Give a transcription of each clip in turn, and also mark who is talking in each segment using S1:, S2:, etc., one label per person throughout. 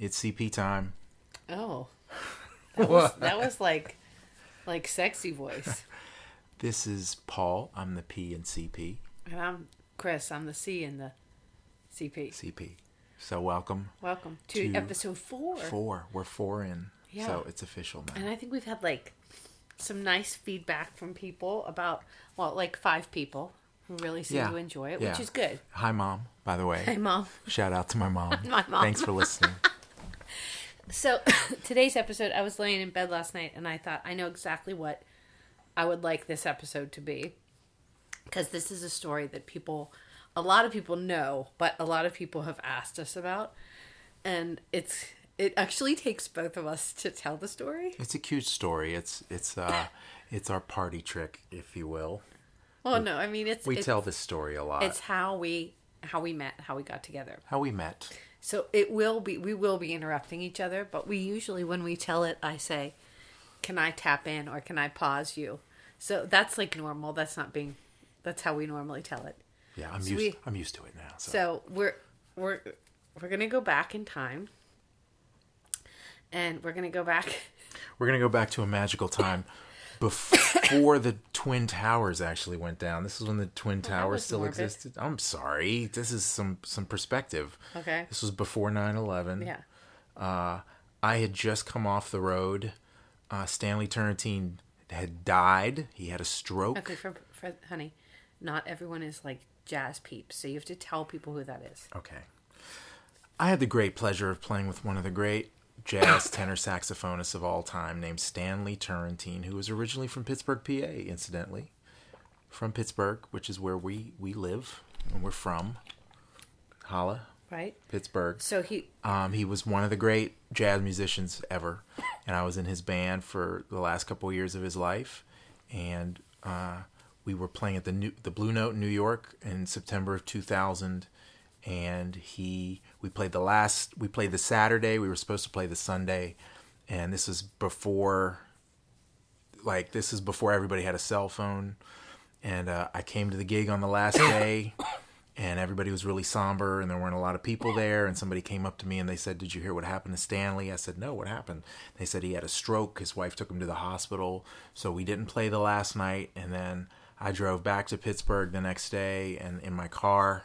S1: CP time.
S2: Oh, that was, that was like like sexy voice.
S1: This is Paul. I'm the P in CP.
S2: And I'm Chris. I'm the C in the CP.
S1: CP. So welcome.
S2: Welcome to,
S1: To
S2: episode four.
S1: Four. We're four in.
S2: Yeah.
S1: So it's official now.
S2: And I think we've had like some nice feedback from people about well, like five people who really seem
S1: Yeah.
S2: to enjoy it,
S1: Yeah.
S2: which is good.
S1: Hi, mom. By the way.
S2: Hey, mom.
S1: Shout out to my mom.
S2: My mom.
S1: Thanks for listening.
S2: So today's episode, I was laying in bed last night and I thought I know exactly what I would like this episode to be because this is a story that people, a lot of people know, but a lot of people have asked us about, and it's it actually takes both of us to tell the story.
S1: it's a cute story. It's it's uh it's our party trick, if you will.
S2: Well, no, I mean it's
S1: We
S2: it's,
S1: tell this story a lot.
S2: it's how we how we met, how we got together.
S1: How we met.
S2: So it will be we will be interrupting each other, but we usually when we tell it I say, "Can I tap in or can I pause you?" So that's like normal. That's not being that's how we normally tell it.
S1: Yeah, I'm
S2: So
S1: used
S2: we-
S1: I'm used to it now. So,
S2: So we're we're we're going to go back in time. And we're going to go back
S1: we're gonna go back to a magical time before the Twin Towers actually went down. This is when the Twin Towers
S2: was
S1: still
S2: morbid.
S1: existed. I'm sorry. This is some some perspective.
S2: Okay.
S1: This was before 9/11.
S2: yeah.
S1: Uh, I had just come off the road. Uh, Stanley Turrentine had died. He had a stroke.
S2: Okay, for, for honey, not everyone is like jazz peeps, so you have to tell people who that is.
S1: Okay. I had the great pleasure of playing with one of the great jazz tenor saxophonists of all time named Stanley Turrentine, who was originally from Pittsburgh, PA, incidentally. From Pittsburgh, which is where we, we live and we're from. Holla,
S2: Right?
S1: Pittsburgh.
S2: So he
S1: Um, he was one of the great jazz musicians ever, and I was in his band for the last couple years of his life. And uh, we were playing at the new, the Blue Note in New York in September of 2000. And he, we played the last, we played the Saturday. We were supposed to play the Sunday, and this was before, like this is before everybody had a cell phone. And uh, I came to the gig on the last day and everybody was really somber and there weren't a lot of people there and somebody came up to me and they said did you hear what happened to stanley i said no what happened they said he had a stroke his wife took him to the hospital so we didn't play the last night and then i drove back to pittsburgh the next day and in my car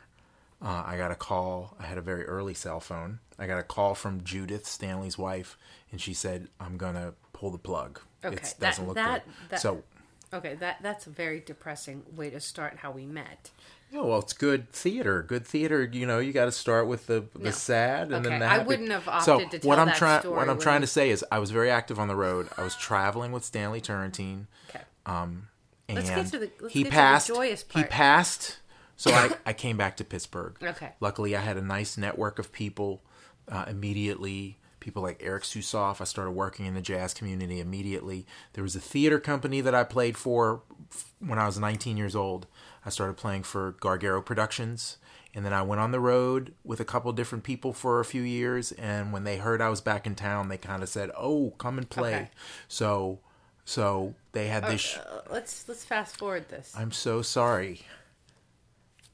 S1: uh, i got a call i had a very early cell phone i got a call from judith stanley's wife and she said i'm gonna pull the plug
S2: Okay,
S1: It's-
S2: that-
S1: doesn't look
S2: that-
S1: good
S2: that-
S1: so
S2: Okay, that that's a very depressing way to start how we met.
S1: Yeah, oh, well, it's good theater. Good theater, you know, you got to start with the the
S2: No.
S1: sad and
S2: Okay,
S1: then the
S2: I
S1: happy.
S2: wouldn't have opted
S1: so
S2: to
S1: what
S2: tell
S1: I'm
S2: that
S1: trying
S2: story
S1: what I'm
S2: when
S1: trying
S2: you-
S1: to say is I was very active on the road. I was traveling with Stanley Turrentine.
S2: Okay.
S1: And
S2: Let's get to the- let's
S1: he
S2: get to the
S1: passed.
S2: joyous
S1: He
S2: part.
S1: passed. So I, I came back to Pittsburgh.
S2: Okay.
S1: Luckily, I had a nice network of people uh, immediately. People like Eric Susoff. I started working in the jazz community immediately. There was a theater company that I played for f- when I was 19 years old. I started playing for Gargaro Productions. And then I went on the road with a couple different people for a few years. And when they heard I was back in town, they kind of said, Oh, come and play.
S2: Okay.
S1: So. So they had this sh-
S2: Uh, let's let's fast forward this.
S1: I'm so sorry.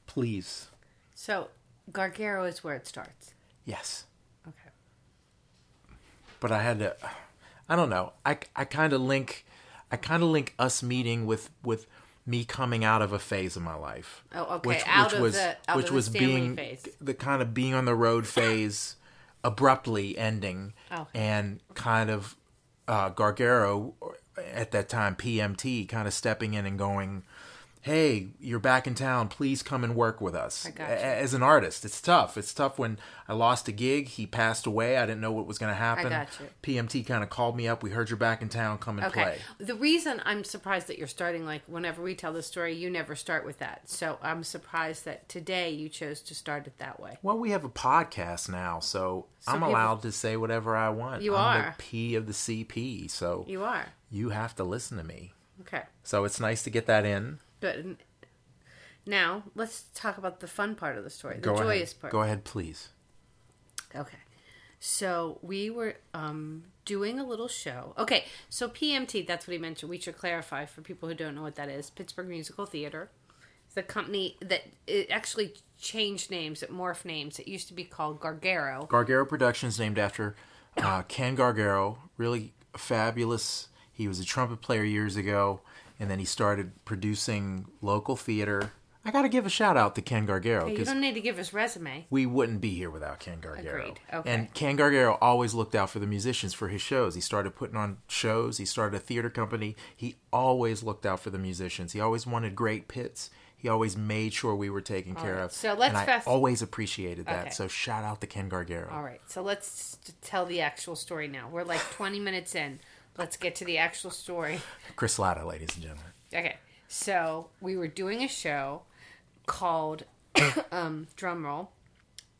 S1: Please.
S2: So Gargaro is where it starts.
S1: Yes.
S2: Okay.
S1: But I had to I don't know. I I kind of link I kind of link us meeting with with me coming out of a phase of my life.
S2: Oh, okay, out of the- out of the Stanley
S1: being
S2: phase.
S1: the kind of being on the road phase abruptly ending
S2: Oh.
S1: and kind of uh Gargaro at that time PMT kind of stepping in and going hey, you're back in town. Please come and work with us.
S2: gotcha.
S1: A- As an artist, it's tough. It's tough when I lost a gig. He passed away. I didn't know what was going to happen.
S2: gotcha.
S1: PMT kind of called me up. We heard you're back in town. Come and
S2: Okay.
S1: play.
S2: The reason I'm surprised that you're starting like whenever we tell the story, you never start with that. So I'm surprised that today you chose to start it that way.
S1: Well, we have a podcast now, so I'm
S2: people-
S1: allowed to say whatever I want.
S2: You
S1: I'm
S2: are.
S1: the P of the CP, so
S2: You are.
S1: you have to listen to me.
S2: Okay.
S1: So it's nice to get that in.
S2: But n- now let's talk about the fun part of the story, the
S1: Go
S2: joyous
S1: ahead.
S2: part.
S1: Go ahead, please.
S2: Okay. So we were um, doing a little show. Okay. So PMT, that's what he mentioned. We should clarify for people who don't know what that is Pittsburgh Musical Theater. The company that it actually changed names, it morphed names. It used to be called Gargaro.
S1: Gargaro Productions, named after Uh, Ken Gargaro, really fabulous. He was a trumpet player years ago, and then he started producing local theater. I got to give a shout out to Ken Gargaro
S2: Hey, you
S1: because
S2: don't need to give his resume.
S1: we wouldn't be here without Ken Gargaro.
S2: Agreed. Okay.
S1: And Ken Gargaro always looked out for the musicians for his shows. He started putting on shows. He started a theater company. He always looked out for the musicians. He always wanted great pits. He always made sure we were taken care
S2: right.
S1: of.
S2: So let's
S1: and I
S2: fast-
S1: always appreciated that.
S2: Okay.
S1: So shout out to Ken Gargaro.
S2: All right, so let's t- tell the actual story now. We're like 20 minutes in. Let's get to the actual story.
S1: Chris Latta, ladies and gentlemen.
S2: Okay, so we were doing a show called um, drumroll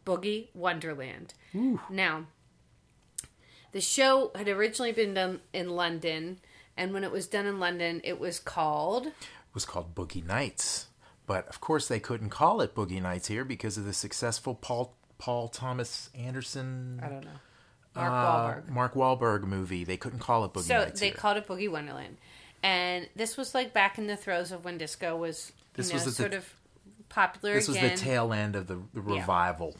S2: Boogie Wonderland. Now, the show had originally been done in London, and when it was done in London, it was called
S1: It was called Boogie Nights. But of course, they couldn't call it Boogie Nights here because of the successful Paul Paul Thomas Anderson
S2: I don't know Mark
S1: uh,
S2: Wahlberg.
S1: Mark Wahlberg movie. They couldn't call it Boogie
S2: So
S1: Nights.
S2: they
S1: here.
S2: called it Boogie Wonderland, and this was like back in the throes of when disco was
S1: This
S2: you know,
S1: was at the-
S2: sort of popular
S1: this was
S2: again.
S1: the tail end of the, the revival.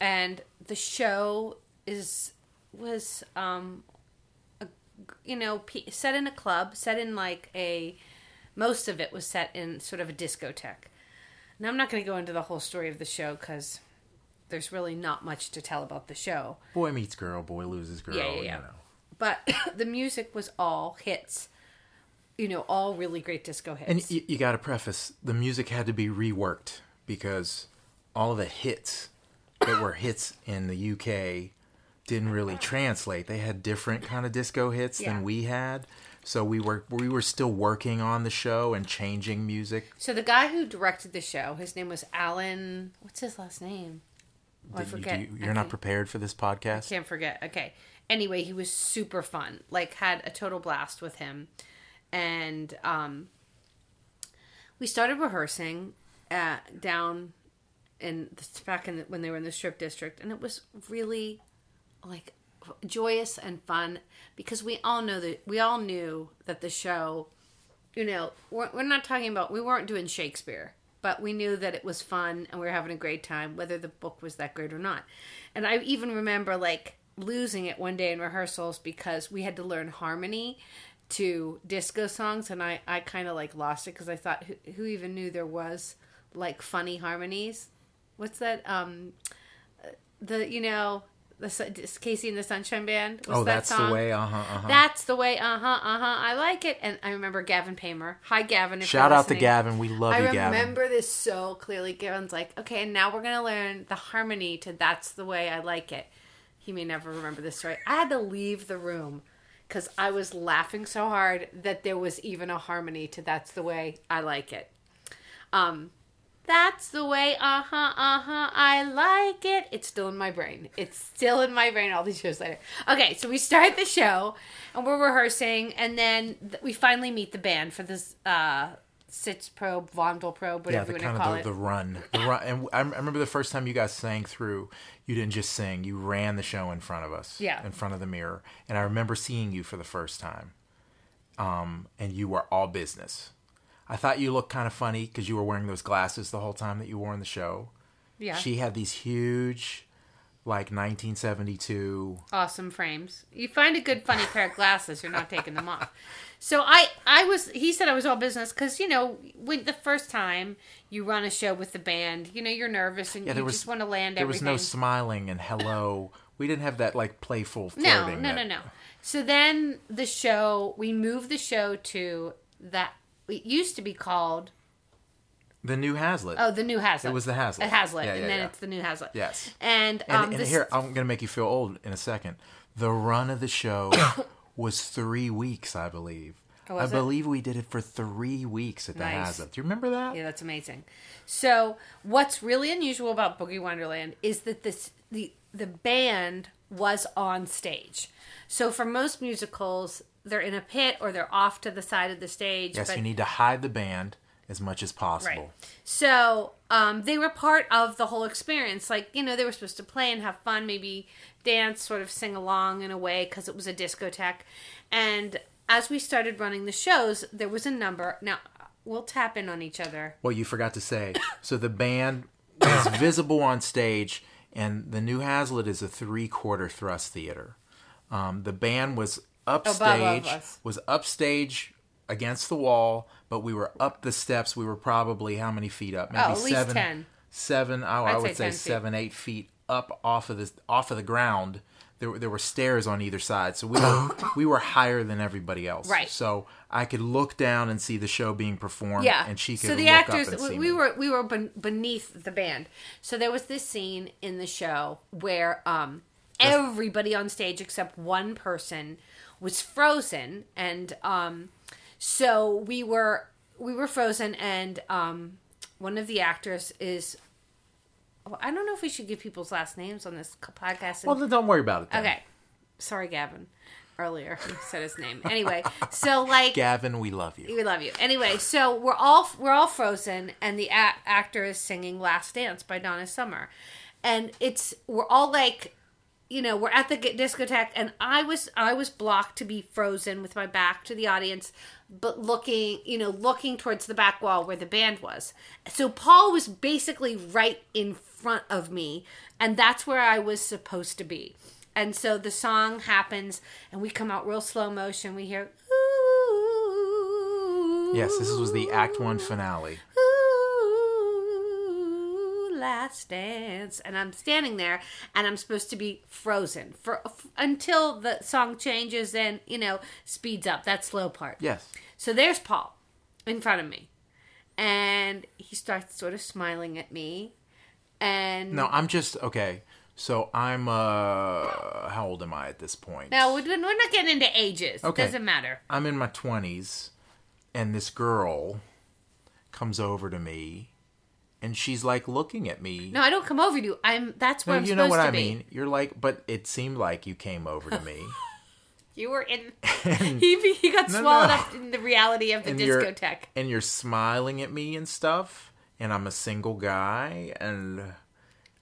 S2: and the show is was um a, you know pe- set in a club set in like a most of it was set in sort of a discotheque now i'm not going to go into the whole story of the show because there's really not much to tell about the show
S1: Boy meets girl, boy loses girl.
S2: Yeah, yeah, yeah.
S1: You know.
S2: but the music was all hits you know all really great disco hits
S1: And you, you got to preface the music had to be reworked because all the hits that were hits in the UK didn't really translate. They had different kind of disco hits
S2: Yeah.
S1: than we had. So we were we were still working on the show and changing music.
S2: So the guy who directed the show, his name was Alan. What's his last name? Oh, I
S1: Did you-
S2: forget.
S1: do you-
S2: I
S1: you're not
S2: can't-
S1: prepared for this podcast.
S2: Can't forget. Okay. Anyway, he was super fun. Like had a total blast with him, and um, we started rehearsing uh, down in the, back in the, when they were in the strip district, and it was really like f- joyous and fun because we all know that we all knew that the show you know, we're, we're not talking about, we weren't doing Shakespeare, but we knew that it was fun and we were having a great time, whether the book was that great or not. And I even remember like losing it one day in rehearsals because we had to learn harmony to disco songs. And I, I kind of like lost it because I thought, who, who even knew there was like funny harmonies? What's that? Um, the, you know, the Sun- Casey and the Sunshine Band. What's
S1: Oh,
S2: that
S1: that's
S2: song?
S1: the way. Uh huh. Uh huh.
S2: That's the way. Uh huh. Uh huh. I like it. And I remember Gavin Paymer. Hi, Gavin. If
S1: Shout
S2: you're
S1: out to
S2: listening.
S1: Gavin. We love
S2: I
S1: you, Gavin.
S2: remember this so clearly. Gavin's like, okay, and now we're gonna learn the harmony to "That's the Way I Like It." He may never remember this story. I had to leave the room because I was laughing so hard that there was even a harmony to "That's the Way I Like It." Um, that's the way. Uh huh. Uh huh. I like it. It's still in my brain. It's still in my brain all these years later. Okay, so we start the show, and we're rehearsing, and then th- we finally meet the band for this uh, sitz probe, Vondel probe,
S1: Yeah,
S2: whatever
S1: the
S2: you
S1: kind
S2: want to call
S1: of
S2: it.
S1: the, the run, the run. And I I remember the first time you guys sang through. You didn't just sing; you ran the show in front of us,
S2: Yeah.
S1: in front of the mirror. And I remember seeing you for the first time, um, and you were all business. I thought you looked kind of funny because you were wearing those glasses the whole time that you wore in the show.
S2: yeah,
S1: She had these huge, like 1972.
S2: awesome frames. You find a good funny pair of glasses, you're not taking them off. So I, I was. He said I was all business because you know when the first time you run a show with the band, you know you're nervous and
S1: Yeah,
S2: you
S1: there was
S2: just want to land
S1: There was
S2: everything.
S1: no smiling and hello. We didn't have that like playful
S2: No,
S1: flirting.
S2: no, no,
S1: that-
S2: no. So then the show, we moved the show to that. It used to be called
S1: The new Hazlitt.
S2: oh the new Hazlitt.
S1: It was the Hazlitt.
S2: It Hazlitt,
S1: Yeah,
S2: and
S1: yeah,
S2: then
S1: yeah.
S2: it's the new Hazlitt.
S1: Yes.
S2: And
S1: And,
S2: um,
S1: and
S2: this,
S1: here, I'm going to make you feel old in a second. The run of the show was three weeks, I believe. I
S2: Oh, was it?
S1: believe we did it for three weeks at the
S2: Nice.
S1: Hazlitt. Do you remember that?
S2: yeah, that's amazing. So what's really unusual about Boogie Wonderland is that this the the band was on stage. So for most musicals, they're in a pit or they're off to the side of the stage.
S1: yes,
S2: but
S1: you need to hide the band as much as possible.
S2: Right. So um, they were part of the whole experience. Like, you know, they were supposed to play and have fun, maybe dance, sort of sing along in a way because it was a discotheque. And as we started running the shows, there was a number. Now, we'll tap in on each other.
S1: Well, you forgot to say. So the band is visible on stage, and the new Hazlitt is a three quarter thrust theater. Um, the band was upstage
S2: us.
S1: was upstage against the wall, but we were up the steps. We were probably how many feet up? Maybe
S2: Oh, at least
S1: seven,
S2: 10.
S1: seven. Oh, I
S2: I'd
S1: would say,
S2: say 10 feet.
S1: seven, eight feet up off of this off of the ground. There were there were stairs on either side, so we were we were higher than everybody else.
S2: Right.
S1: So I could look down and see the show being performed.
S2: Yeah,
S1: And she could
S2: so the
S1: look
S2: actors
S1: up and
S2: we,
S1: see
S2: we
S1: me.
S2: were we were ben- beneath the band. So there was this scene in the show where um everybody on stage except one person was frozen, and um so we were we were frozen, and um one of the actors is. Well, I don't know if we should give people's last names on this podcast. and-
S1: Well, then don't worry about it. Then.
S2: okay, sorry, Gavin. Earlier, he said his name. Anyway, so like
S1: Gavin, we love you.
S2: we love you. Anyway, so we're all we're all frozen, and the a- actor is singing "Last Dance" by Donna Summer, and it's we're all like, you know, we're at the g- discotheque, and I was I was blocked to be frozen with my back to the audience, but looking, you know, looking towards the back wall where the band was. So Paul was basically right in front of me, and that's where I was supposed to be. And so the song happens, and we come out real slow motion. We hear. "Ooh,
S1: Yes, this was the Act One finale.
S2: Ooh, last dance. And I'm standing there and I'm supposed to be frozen for f- until the song changes and, you know, speeds up that slow part.
S1: Yes.
S2: So there's Paul in front of me. And he starts sort of smiling at me. And
S1: No, I'm just okay. So I'm uh how old am I at this point?
S2: now we're, we're not getting into ages.
S1: Okay.
S2: It doesn't matter.
S1: I'm in my 20s and this girl comes over to me and she's like looking at me.
S2: No, I don't come over to you. I'm that's where
S1: No,
S2: I'm
S1: you
S2: supposed
S1: know what
S2: to
S1: I
S2: be.
S1: mean. You're like, but it seemed like you came over to me.
S2: You were in. he, he got
S1: No,
S2: swallowed
S1: no.
S2: up in the reality of the
S1: and you're
S2: discotheque.
S1: and you're smiling at me and stuff and I'm a single guy and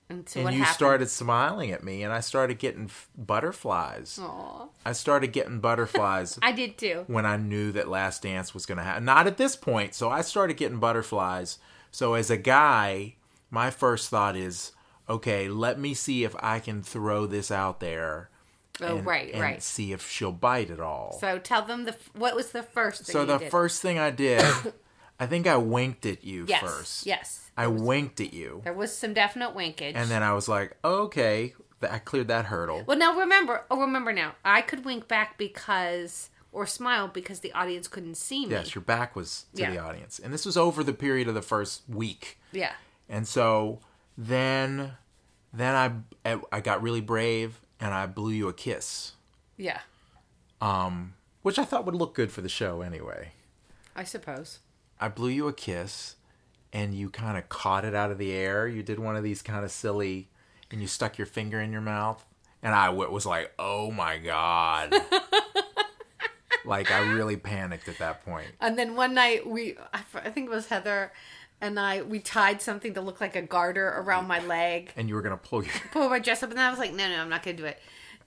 S2: And so
S1: and
S2: what
S1: you
S2: happened?
S1: started smiling at me and I started getting f- butterflies.
S2: Aw.
S1: I started getting butterflies
S2: I did too.
S1: when I knew that Last Dance was going to happen. Not at this point. So I started getting butterflies. So as a guy, my first thought is, okay, let me see if I can throw this out there.
S2: Oh,
S1: and-
S2: right,
S1: and
S2: right.
S1: See if she'll bite at all. So,
S2: So tell them the f- what was the first thing. you
S1: the
S2: did?
S1: first thing I did, I think I winked at you
S2: yes,
S1: first.
S2: yes,
S1: I winked at you,
S2: there was some definite winkage.
S1: and then I was like, okay, th- I cleared that hurdle.
S2: well, now remember, oh, remember now, I could wink back because or smile because the audience couldn't see me.
S1: Yes, your back was to the
S2: Yeah.
S1: audience, and this was over the period of the first week.
S2: yeah,
S1: And so then then I I got really brave and I blew you a kiss,
S2: yeah.
S1: which I thought would look good for the show anyway.
S2: I suppose.
S1: I blew you a kiss and you kind of caught it out of the air. You did one of these kind of silly and you stuck your finger in your mouth and I w- was like, "Oh my god." like I really panicked at that point.
S2: And then one night we, I f- I think it was Heather and I, we tied something to look like a garter around my leg.
S1: And you were going to pull your
S2: pull my dress up, and then I was like, no, no, I'm not gonna do it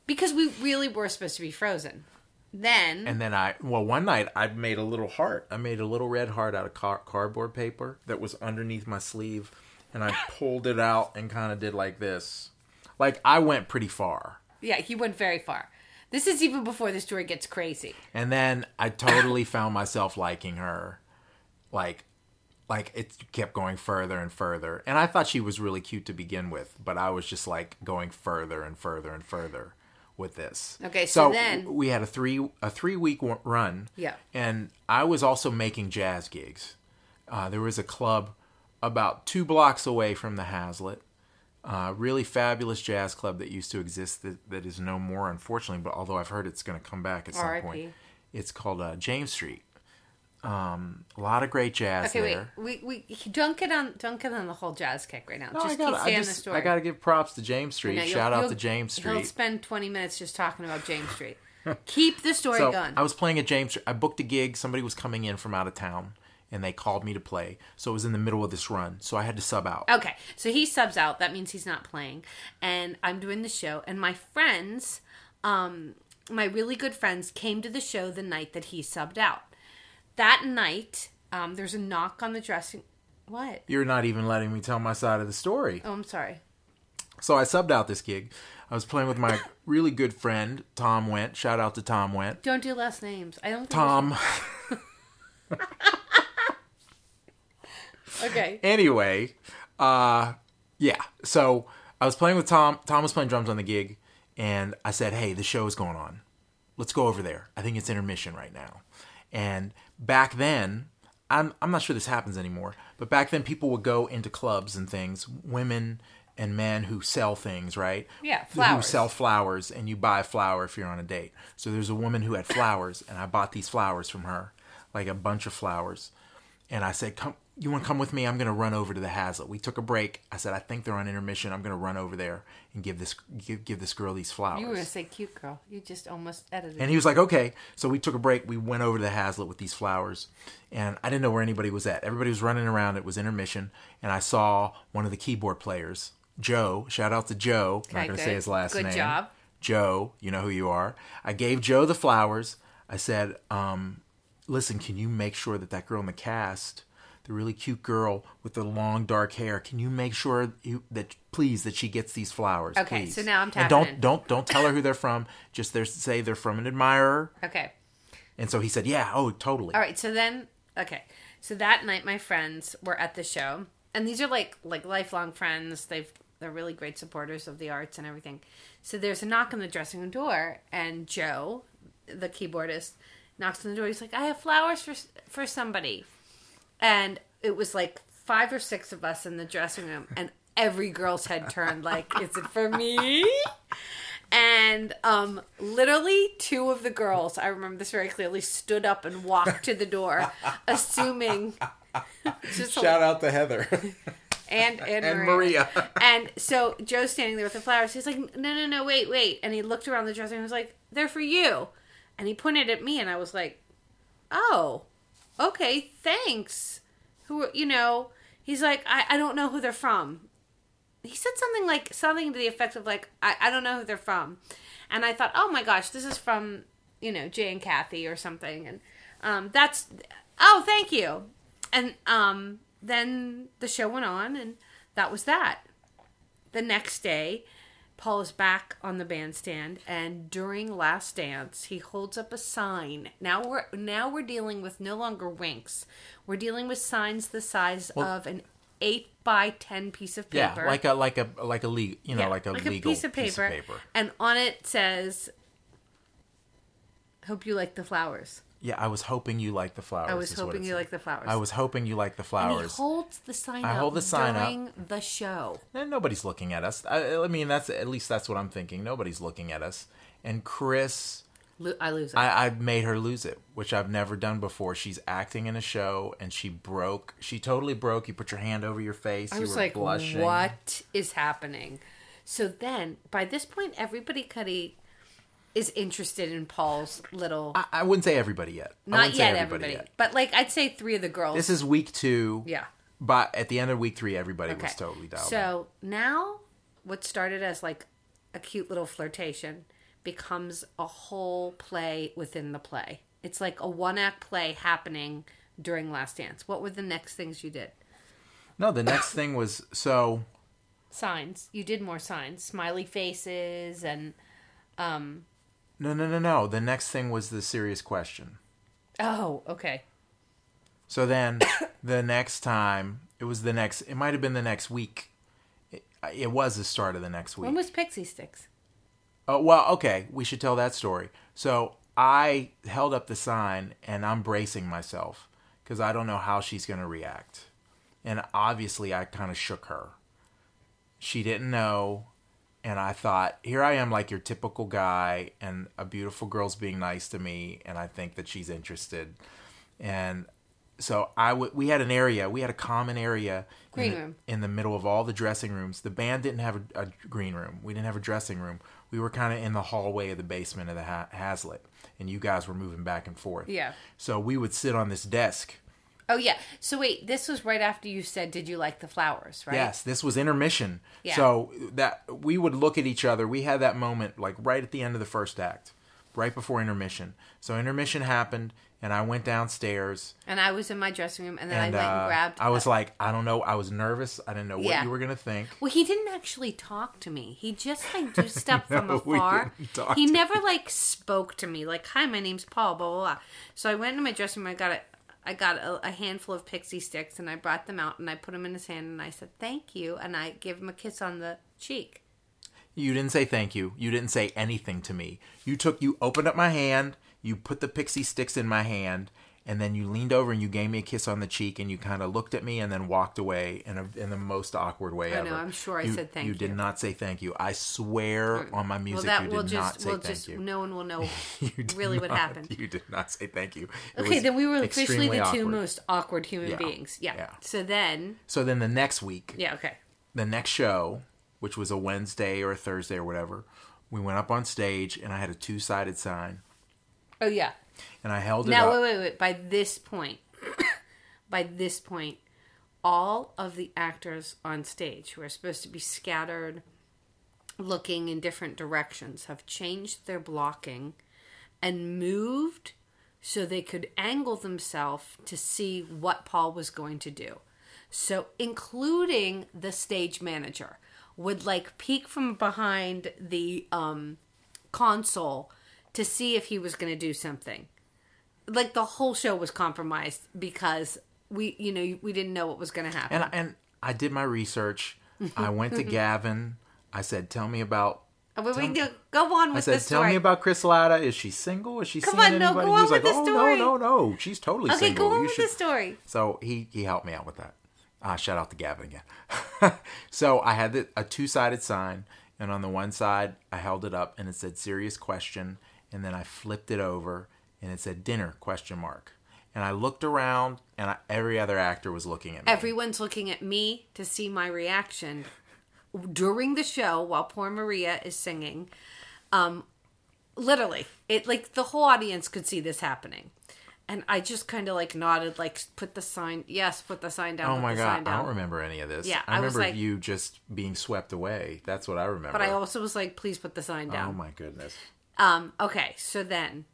S2: because we really were supposed to be frozen. Then
S1: And then I, well, one night I made a little heart. I made a little red heart out of car- cardboard paper that was underneath my sleeve, and I pulled it out and kind of did like this. Like I went pretty far.
S2: yeah, he went very far. This is even before the story gets crazy.
S1: And then I totally found myself liking her. Like, like it kept going further and further. And I thought she was really cute to begin with, but I was just like going further and further and further with this.
S2: Okay, so then-
S1: w- we had a three a three week w- run.
S2: Yeah.
S1: And I was also making jazz gigs. Uh, there was a club about two blocks away from the Hazlet, uh, really fabulous jazz club that used to exist that, that is no more, unfortunately. But although I've heard it's going to come back at some
S2: R.I.P..
S1: point, it's called uh, James Street. Um, a lot of great jazz
S2: Okay,
S1: there.
S2: wait, we we don't get on don't get on the whole jazz kick right now.
S1: No, Oh, I
S2: just
S1: gotta,
S2: keep
S1: I
S2: saying
S1: just,
S2: the story.
S1: I gotta give props to James Street.
S2: No, you'll-
S1: Shout out
S2: you'll-
S1: to James
S2: He'll
S1: Street.
S2: spend twenty minutes just talking about James Street. keep the story
S1: So
S2: going.
S1: I was playing at James. I booked a gig. Somebody was coming in from out of town, and they called me to play. So it was in the middle of this run. So I had to sub out.
S2: Okay, so he subs out. That means he's not playing, and I'm doing the show. And my friends, um, my really good friends, came to the show the night that he subbed out. That night, um, there's a knock on the dressing. What?
S1: You're not even letting me tell my side of the story.
S2: Oh, I'm sorry.
S1: So I subbed out this gig. I was playing with my really good friend Tom Went. Shout out to Tom Went.
S2: Don't do last names. I don't think
S1: Tom.
S2: Okay.
S1: anyway, uh, yeah. So I was playing with Tom. Tom was playing drums on the gig, and I said, "Hey, the show is going on. Let's go over there. I think it's intermission right now." And back then, I'm I'm not sure this happens anymore, but back then people would go into clubs and things, women and men who sell things, right?
S2: Yeah,
S1: Who
S2: flowers.
S1: sell flowers, and you buy a flower if you're on a date. So there's a woman who had flowers, and I bought these flowers from her, like a bunch of flowers and I said, "Come, you want to come with me? I'm going to run over to the Hazlet." We took a break. I said, "I think they're on intermission. I'm going to run over there and give this give, give this girl these flowers."
S2: You were gonna say cute girl. You just almost edited.
S1: and
S2: it.
S1: he was like, "Okay." So we took a break. We went over to the Hazlet with these flowers, and I didn't know where anybody was at. Everybody was running around. It was intermission, and I saw one of the keyboard players, Joe. Shout out to Joe. I'm not
S2: Okay,
S1: going to
S2: good.
S1: say his last
S2: Good
S1: name.
S2: job.
S1: Joe, you know who you are. I gave Joe the flowers. I said, um, listen, can you make sure that that girl in the cast, the really cute girl with the long dark hair, can you make sure you, that please that she gets these flowers?
S2: Okay,
S1: please?"
S2: so now I'm tapping
S1: And don't
S2: in.
S1: don't don't tell her who they're from. Just there's say they're from an admirer.
S2: Okay.
S1: And so he said, yeah, oh, totally.
S2: All right. So then, okay. So that night, my friends were at the show, and these are like like lifelong friends. They've they're really great supporters of the arts and everything. So there's a knock on the dressing room door, and Joe, the keyboardist, knocks on the door. He's like, "I have flowers for for somebody," and it was like five or six of us in the dressing room, and every girl's head turned. Like, is it for me? And um, literally, two of the girls, I remember this very clearly, stood up and walked to the door, assuming. just
S1: out to Heather.
S2: and and,
S1: and
S2: Maria.
S1: Maria.
S2: and so Joe's standing there with the flowers. He's like, no, no, no, wait, wait. And he looked around the dressing room. and was like, they're for you. And he pointed at me, and I was like, oh, okay, thanks. Who you know? He's like, I, I don't know who they're from. He said something like something to the effect of like, I, I don't know who they're from. And I thought, oh my gosh, this is from you know Jay and Kathy or something. And um, that's oh, thank you. And um, then the show went on, and that was that. The next day, Paul is back on the bandstand, and during Last Dance, he holds up a sign. Now we're now we're dealing with no longer winks. We're dealing with signs the size of an eight by ten piece of
S1: yeah,
S2: paper.
S1: like a like a like a legal, you know,
S2: Yeah,
S1: like a legal
S2: and on it says, "Hope you like the flowers."
S1: Yeah, I was hoping you liked the flowers.
S2: I was
S1: is what
S2: hoping
S1: it
S2: you
S1: said.
S2: liked the flowers.
S1: I was hoping you liked the
S2: And he
S1: flowers.
S2: holds the sign
S1: I
S2: up
S1: hold the sign up.
S2: during the show.
S1: And nobody's looking at us. I, I mean, that's at least that's what I'm thinking. Nobody's looking at us. And Chris,
S2: Lo- I lose it.
S1: I, I made her lose it, which I've never done before. She's acting in a show, and she broke. She totally broke. You put your hand over your face.
S2: I
S1: you
S2: was
S1: were
S2: like,
S1: blushing.
S2: what is happening? So then, by this point, everybody Cuddy is interested in Paul's little.
S1: I, I wouldn't say everybody yet. I
S2: not
S1: wouldn't say
S2: yet, everybody, but like I'd say three of the girls.
S1: This is week two.
S2: yeah.
S1: But at the end of week three, everybody
S2: Okay.
S1: was totally dialed. in.
S2: So now, what started as like a cute little flirtation becomes a whole play within the play. It's like a one act play happening during Last Dance. What were the next things you did?
S1: no, the next thing was so.
S2: Signs. You did more signs, smiley faces, and
S1: No, no, no, no. The next thing was the serious question.
S2: oh, okay.
S1: So then the next time, it was the next, it might have been the next week. It, it was the start of the next week.
S2: When was Pixie Sticks?
S1: Oh, well, okay, we should tell that story. So I held up the sign and I'm bracing myself because I don't know how she's going to react. And obviously, I kind of shook her. She didn't know. And I thought, here I am, like your typical guy, and a beautiful girl's being nice to me, and I think that she's interested. And so I w- we had an area, we had a common area
S2: Green
S1: in the-
S2: room.
S1: in the middle of all the dressing rooms. The band didn't have a, a green room. We didn't have a dressing room. We were kind of in the hallway of the basement of the ha- Hazlitt, and you guys were moving back and forth.
S2: Yeah.
S1: So we would sit on this desk.
S2: Oh yeah. So wait, this was right after you said, "Did you like the flowers?" Right.
S1: Yes, this was intermission.
S2: Yeah.
S1: So that we would look at each other. We had that moment like right at the end of the first act. right before intermission. So intermission happened, and I went downstairs.
S2: And I was in my dressing room, and then
S1: And,
S2: I went and
S1: uh,
S2: grabbed.
S1: I was like, I don't know. I was nervous. I didn't know what
S2: Yeah.
S1: you were gonna think.
S2: Well, he didn't actually talk to me. He just like do stuff from
S1: No, we
S2: afar.
S1: didn't talk
S2: He
S1: to
S2: never like spoke to me. Like, hi, my name's Paul. Blah blah blah. So I went into my dressing room. I got a, I got a, a handful of pixie sticks, and I brought them out, and I put them in his hand, and I said thank you, and I gave him a kiss on the cheek.
S1: You didn't say thank you. You didn't say anything to me. You took, you opened up my hand, you put the pixie sticks in my hand, and then you leaned over and you gave me a kiss on the cheek and you kind of looked at me and then walked away in, a, in the most awkward way
S2: I
S1: ever.
S2: know, I'm sure I said thank
S1: You did
S2: you.
S1: not say thank you. I swear on my music, you did
S2: will
S1: not say
S2: we'll
S1: thank
S2: just,
S1: you.
S2: no one will know
S1: You did
S2: really what
S1: not-
S2: happened.
S1: You did not say thank you. It
S2: Okay,
S1: was
S2: then we were officially
S1: extremely
S2: the two
S1: awkward.
S2: most awkward human
S1: Yeah.
S2: beings. Yeah.
S1: Yeah.
S2: So then,
S1: So then the next week,
S2: yeah, okay.
S1: the next show, which was a Wednesday or a Thursday or whatever, we went up on stage and I had a two sided sign.
S2: Oh yeah.
S1: and I held it
S2: Now
S1: up.
S2: wait, wait, wait. By this point, by this point, all of the actors on stage who are supposed to be scattered, looking in different directions, have changed their blocking, and moved so they could angle themselves to see what Paul was going to do. So, including the stage manager, would like peek from behind the um, console to see if he was going to do something. Like the whole show was compromised because we, you know, we didn't know what was going to happen.
S1: And and I did my research. I went to Gavin. I said, "Tell me about."
S2: Oh, wait, wait, no, go on with
S1: I said,
S2: this
S1: "Tell
S2: story.
S1: me about Chris Latta. Is she single? Is she
S2: Come
S1: seeing
S2: on, no,
S1: anybody?"
S2: go
S1: he
S2: on
S1: was
S2: with
S1: like,
S2: the
S1: "Oh
S2: story."
S1: no, no, no, she's totally
S2: okay,
S1: single.
S2: go on
S1: You
S2: with
S1: should-
S2: the story.
S1: So he he helped me out with that. Uh, shout out to Gavin again. so I had the, a two sided sign, and on the one side I held it up and it said "serious question," and then I flipped it over and it said "dinner?" question mark. And I looked around, and I, every other actor was looking at me.
S2: Everyone's looking at me to see my reaction during the show while poor Maria is singing. Um, literally, it like the whole audience could see this happening, and I just kind of like nodded, like put the sign, yes, put the sign down.
S1: Oh
S2: put
S1: my
S2: the sign
S1: god,
S2: down.
S1: I don't remember any of this.
S2: Yeah,
S1: I
S2: I was
S1: remember
S2: like-
S1: you just being swept away. That's what I remember.
S2: But I also was like, please put the sign
S1: oh
S2: down.
S1: my goodness.
S2: Um, okay, so then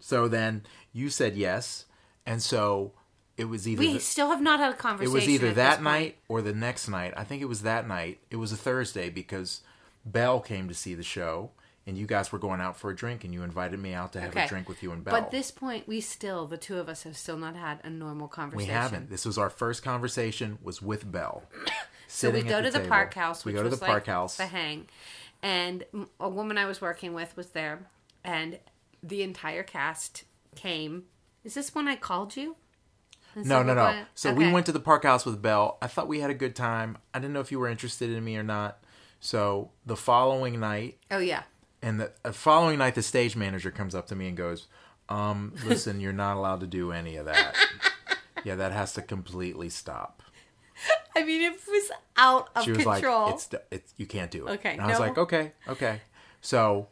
S1: So then you said yes, and so it was either
S2: we
S1: th-
S2: still have not had a
S1: it
S2: conversation.
S1: was either
S2: at this
S1: that
S2: point.
S1: night or the next night. I think it was that night. It was a Thursday because Belle came to see the show, and you guys were going out for a drink, and you invited me out to have a
S2: Okay.
S1: drink with you and Belle.
S2: But at this point, we still, the two of us, have still not had a normal
S1: we
S2: conversation.
S1: haven't. This was our first conversation. Was with Belle. so
S2: we go to the park house.
S1: We
S2: Which
S1: go to the
S2: was
S1: park
S2: like
S1: house.
S2: The hang, and m- a woman I was working with was there, and the entire cast came. Is this when I called you? Is
S1: No,
S2: that
S1: no,
S2: the
S1: no.
S2: one-
S1: So
S2: okay.
S1: we went to the park house with Belle. I thought we had a good time. I didn't know if you were interested in me or not. So the following night,
S2: Oh yeah.
S1: and the uh, following night, the stage manager comes up to me and goes, um, "Listen, you're not allowed to do any of that. yeah, that has to completely stop."
S2: I mean, it was out of
S1: She was
S2: control.
S1: like, "It's it's you can't do it."
S2: Okay,
S1: and I was
S2: no.
S1: like, "Okay, okay." So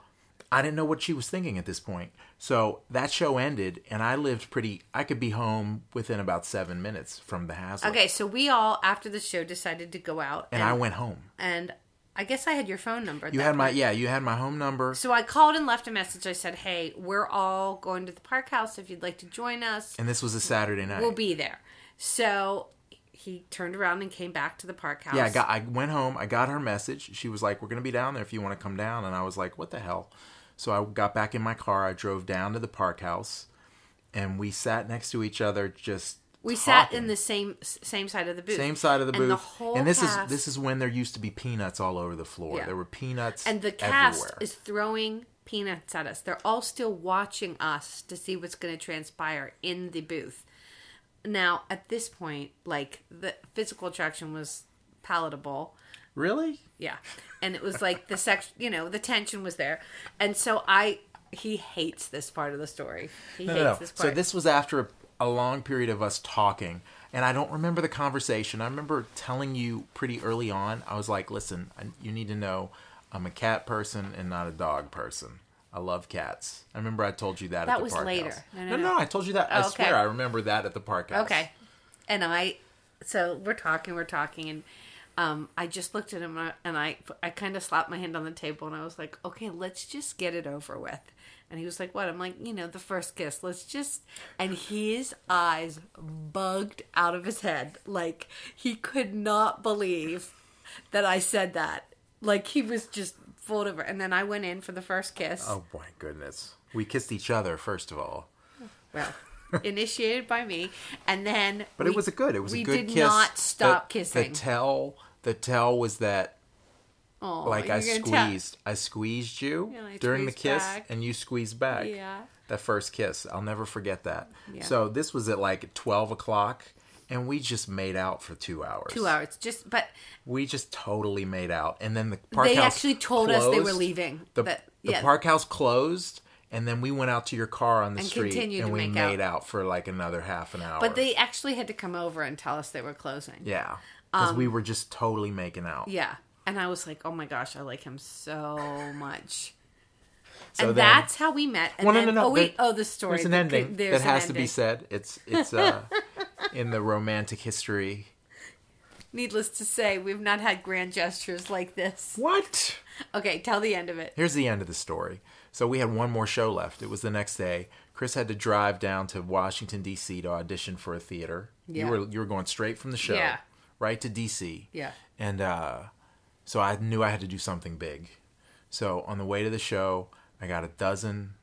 S1: I didn't know what she was thinking at this point. So that show ended, and I lived pretty. I could be home within about seven minutes from the Hazlitt.
S2: okay, so we all after the show decided to go out,
S1: and I went home.
S2: and I guess I had your phone number. at
S1: You
S2: that
S1: had my yeah, you had my home number.
S2: So I called and left a message. I said, "Hey, we're all going to the park house. If you'd like to join us,
S1: And this was a Saturday night.
S2: we'll be there." So he turned around and came back to the park house.
S1: yeah, I got I went home, I got her message. She was like, We're gonna be down there if you wanna come down and I was like, What the hell? So I got back in my car, I drove down to the park house and we sat next to each other just
S2: We sat in
S1: talking.
S2: the same same side of the booth.
S1: same side of the booth.
S2: And the whole
S1: And this
S2: cast-
S1: is this is when there used to be peanuts all over the floor.
S2: Yeah.
S1: There were peanuts
S2: and the cast
S1: everywhere.
S2: is throwing peanuts at us. They're all still watching us to see what's going to transpire in the booth. Now, at this point, like the physical attraction was palatable.
S1: really?
S2: Yeah. And it was like the sex, you know, the tension was there. And so I he hates this part of the story. He
S1: No,
S2: hates
S1: no, no.
S2: this part.
S1: So this was after a, a long period of us talking, and I don't remember the conversation. I remember telling you pretty early on. I was like, "Listen, I, you need to know, I'm a cat person and not a dog person. I love cats." I remember I told you that. at
S2: That
S1: the
S2: was
S1: park
S2: later.
S1: House.
S2: No,
S1: No
S2: no,
S1: no,
S2: no.
S1: I told you that. I
S2: Oh, okay.
S1: swear, I remember that at the park house.
S2: Okay. And I, so we're talking, we're talking, and um, I just looked at him uh, and I, I kind of slapped my hand on the table and I was like, okay, let's just get it over with. And he was like, What? I'm like, You know, the first kiss. Let's just. And his eyes bugged out of his head. Like, he could not believe that I said that. Like, he was just full over. And then I went in for the first kiss.
S1: Oh my goodness. We kissed each other first of all.
S2: Well, initiated by me. And then.
S1: But
S2: we-
S1: it was a good. It was
S2: we
S1: a good
S2: did
S1: kiss.
S2: not stop
S1: The-
S2: kissing.
S1: The tell the tell was that
S2: oh,
S1: like I
S2: you're gonna tell-
S1: squeezed I squeezed you
S2: And I
S1: during the
S2: squeezed
S1: kiss
S2: back.
S1: and you squeezed back.
S2: Yeah.
S1: That first kiss. I'll never forget that.
S2: Yeah.
S1: So this was at like twelve o'clock and we just made out for two hours.
S2: Two hours. Just, but
S1: We just totally made out. And then the park
S2: They
S1: house
S2: actually told us they were
S1: closed.
S2: leaving,
S1: The,
S2: but-
S1: the
S2: yeah.
S1: park house closed and then we went out to your car on the street
S2: continued
S1: and
S2: to
S1: we
S2: make
S1: made
S2: out.
S1: out. for like another half an hour.
S2: but they actually had to come over and tell us they were closing.
S1: Yeah. Because we were just totally making out.
S2: um, Yeah. And I was like, oh my gosh, I like him so much.
S1: So
S2: and
S1: then-
S2: that's how we met. And
S1: Well, no,
S2: then,
S1: no, no.
S2: Oh, wait.
S1: there-
S2: oh, the story.
S1: There's an
S2: The-
S1: ending
S2: there's
S1: that
S2: an
S1: has to be
S2: ending.
S1: said. It's it's uh, in the romantic history.
S2: Needless to say, we've not had grand gestures like this.
S1: What?
S2: Okay, tell the end of it.
S1: Here's the end of the story. So we had one more show left. It was the next day. Chris had to drive down to Washington D.C. to audition for a theater. You
S2: Yeah.
S1: were you were going straight from the show
S2: Yeah.
S1: right to D.C.
S2: Yeah.
S1: And uh, so I knew I had to do something big. So on the way to the show, I got a dozen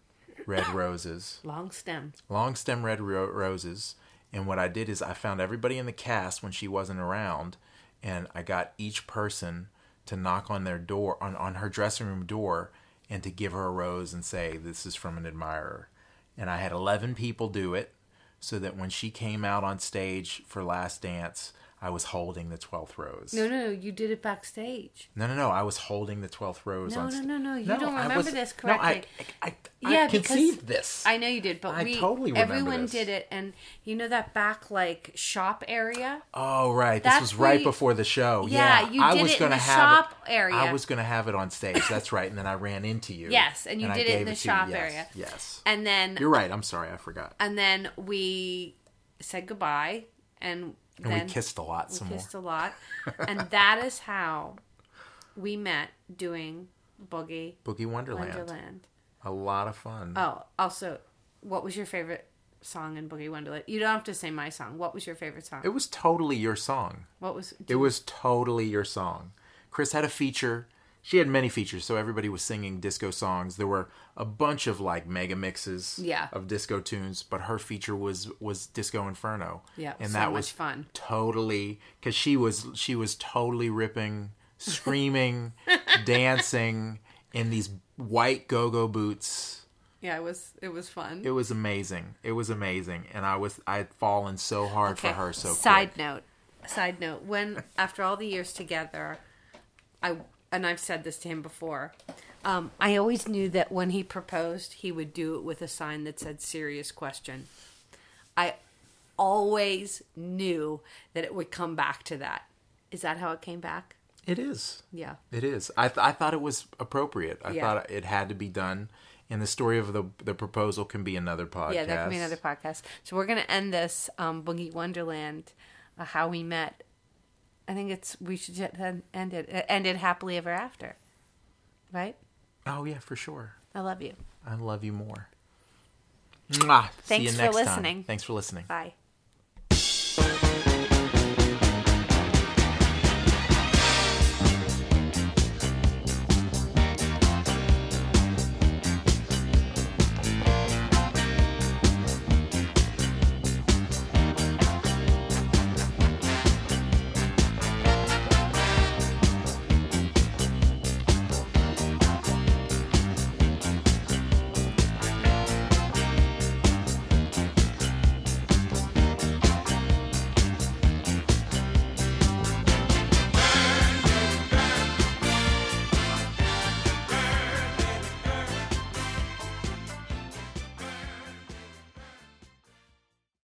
S1: red roses.
S2: Long stem.
S1: long stem red ro- roses. And what I did is I found everybody in the cast when she wasn't around, and I got each person to knock on their door on, on her dressing room door and to give her a rose and say, "This is from an admirer." And I had eleven people do it, so that when she came out on stage for Last Dance, I was holding the twelfth rose.
S2: No, no, no. You did it backstage.
S1: No, no, no. I was holding the twelfth rose.
S2: No,
S1: on
S2: no,
S1: sta-
S2: no, no, you don't
S1: I
S2: remember
S1: was-
S2: this
S1: no, I-
S2: correctly.
S1: I, I, I,
S2: Yeah, because
S1: conceived this.
S2: I know you did, but
S1: I
S2: we
S1: totally remember
S2: everyone
S1: this.
S2: did it, and you know that back like shop area.
S1: Oh right, this
S2: That's
S1: was
S2: where
S1: right
S2: you-
S1: before the show.
S2: Yeah,
S1: Yeah,
S2: you
S1: I
S2: did
S1: was
S2: it in
S1: gonna
S2: the
S1: have
S2: shop area.
S1: I was going to have it on stage. That's right. And then I ran into you.
S2: Yes, and you
S1: I
S2: did it in
S1: gave
S2: the
S1: to you.
S2: shop
S1: Yes,
S2: area.
S1: Yes,
S2: And then
S1: you're right. I'm sorry, I forgot.
S2: and then we said goodbye, and then
S1: And we kissed a lot some more.
S2: kissed a lot, and that is how we met doing Boogie
S1: Boogie Wonderland.
S2: Wonderland.
S1: a lot of fun.
S2: Oh, also, what was your favorite song in Boogie Wonderland? You don't have to say my song. What was your favorite song?
S1: It was totally your song.
S2: what was
S1: It was totally your song. Chris had a feature. She had many features, so everybody was singing disco songs. There were a bunch of like mega mixes
S2: Yeah.
S1: of disco tunes, but her feature was was Disco Inferno.
S2: Yeah,
S1: and
S2: so
S1: that
S2: much
S1: was
S2: fun.
S1: Totally, because she was she was totally ripping, screaming, dancing in these white go go boots.
S2: yeah, it was it was fun.
S1: It was amazing. It was amazing, and I was I had fallen so hard for her. So
S2: side
S1: quick.
S2: note, side note. When after all the years together, I and I've said this to him before. Um, I always knew that when he proposed, he would do it with a sign that said "serious question." I always knew that it would come back to that. Is that how it came back?
S1: it is.
S2: Yeah.
S1: It is. I th- I thought it was appropriate. I
S2: Yeah.
S1: thought it had to be done. And the story of the the proposal can be another podcast.
S2: Yeah, that could be another podcast. So we're gonna end this um, Boogie Wonderland, uh, how we met. I think it's we should just end end it uh, end it happily ever after, right?
S1: Oh yeah, for sure.
S2: I love you.
S1: I love you more. Mwah. See
S2: Thanks
S1: you
S2: for
S1: next time.
S2: listening.
S1: Thanks for listening.
S2: Bye.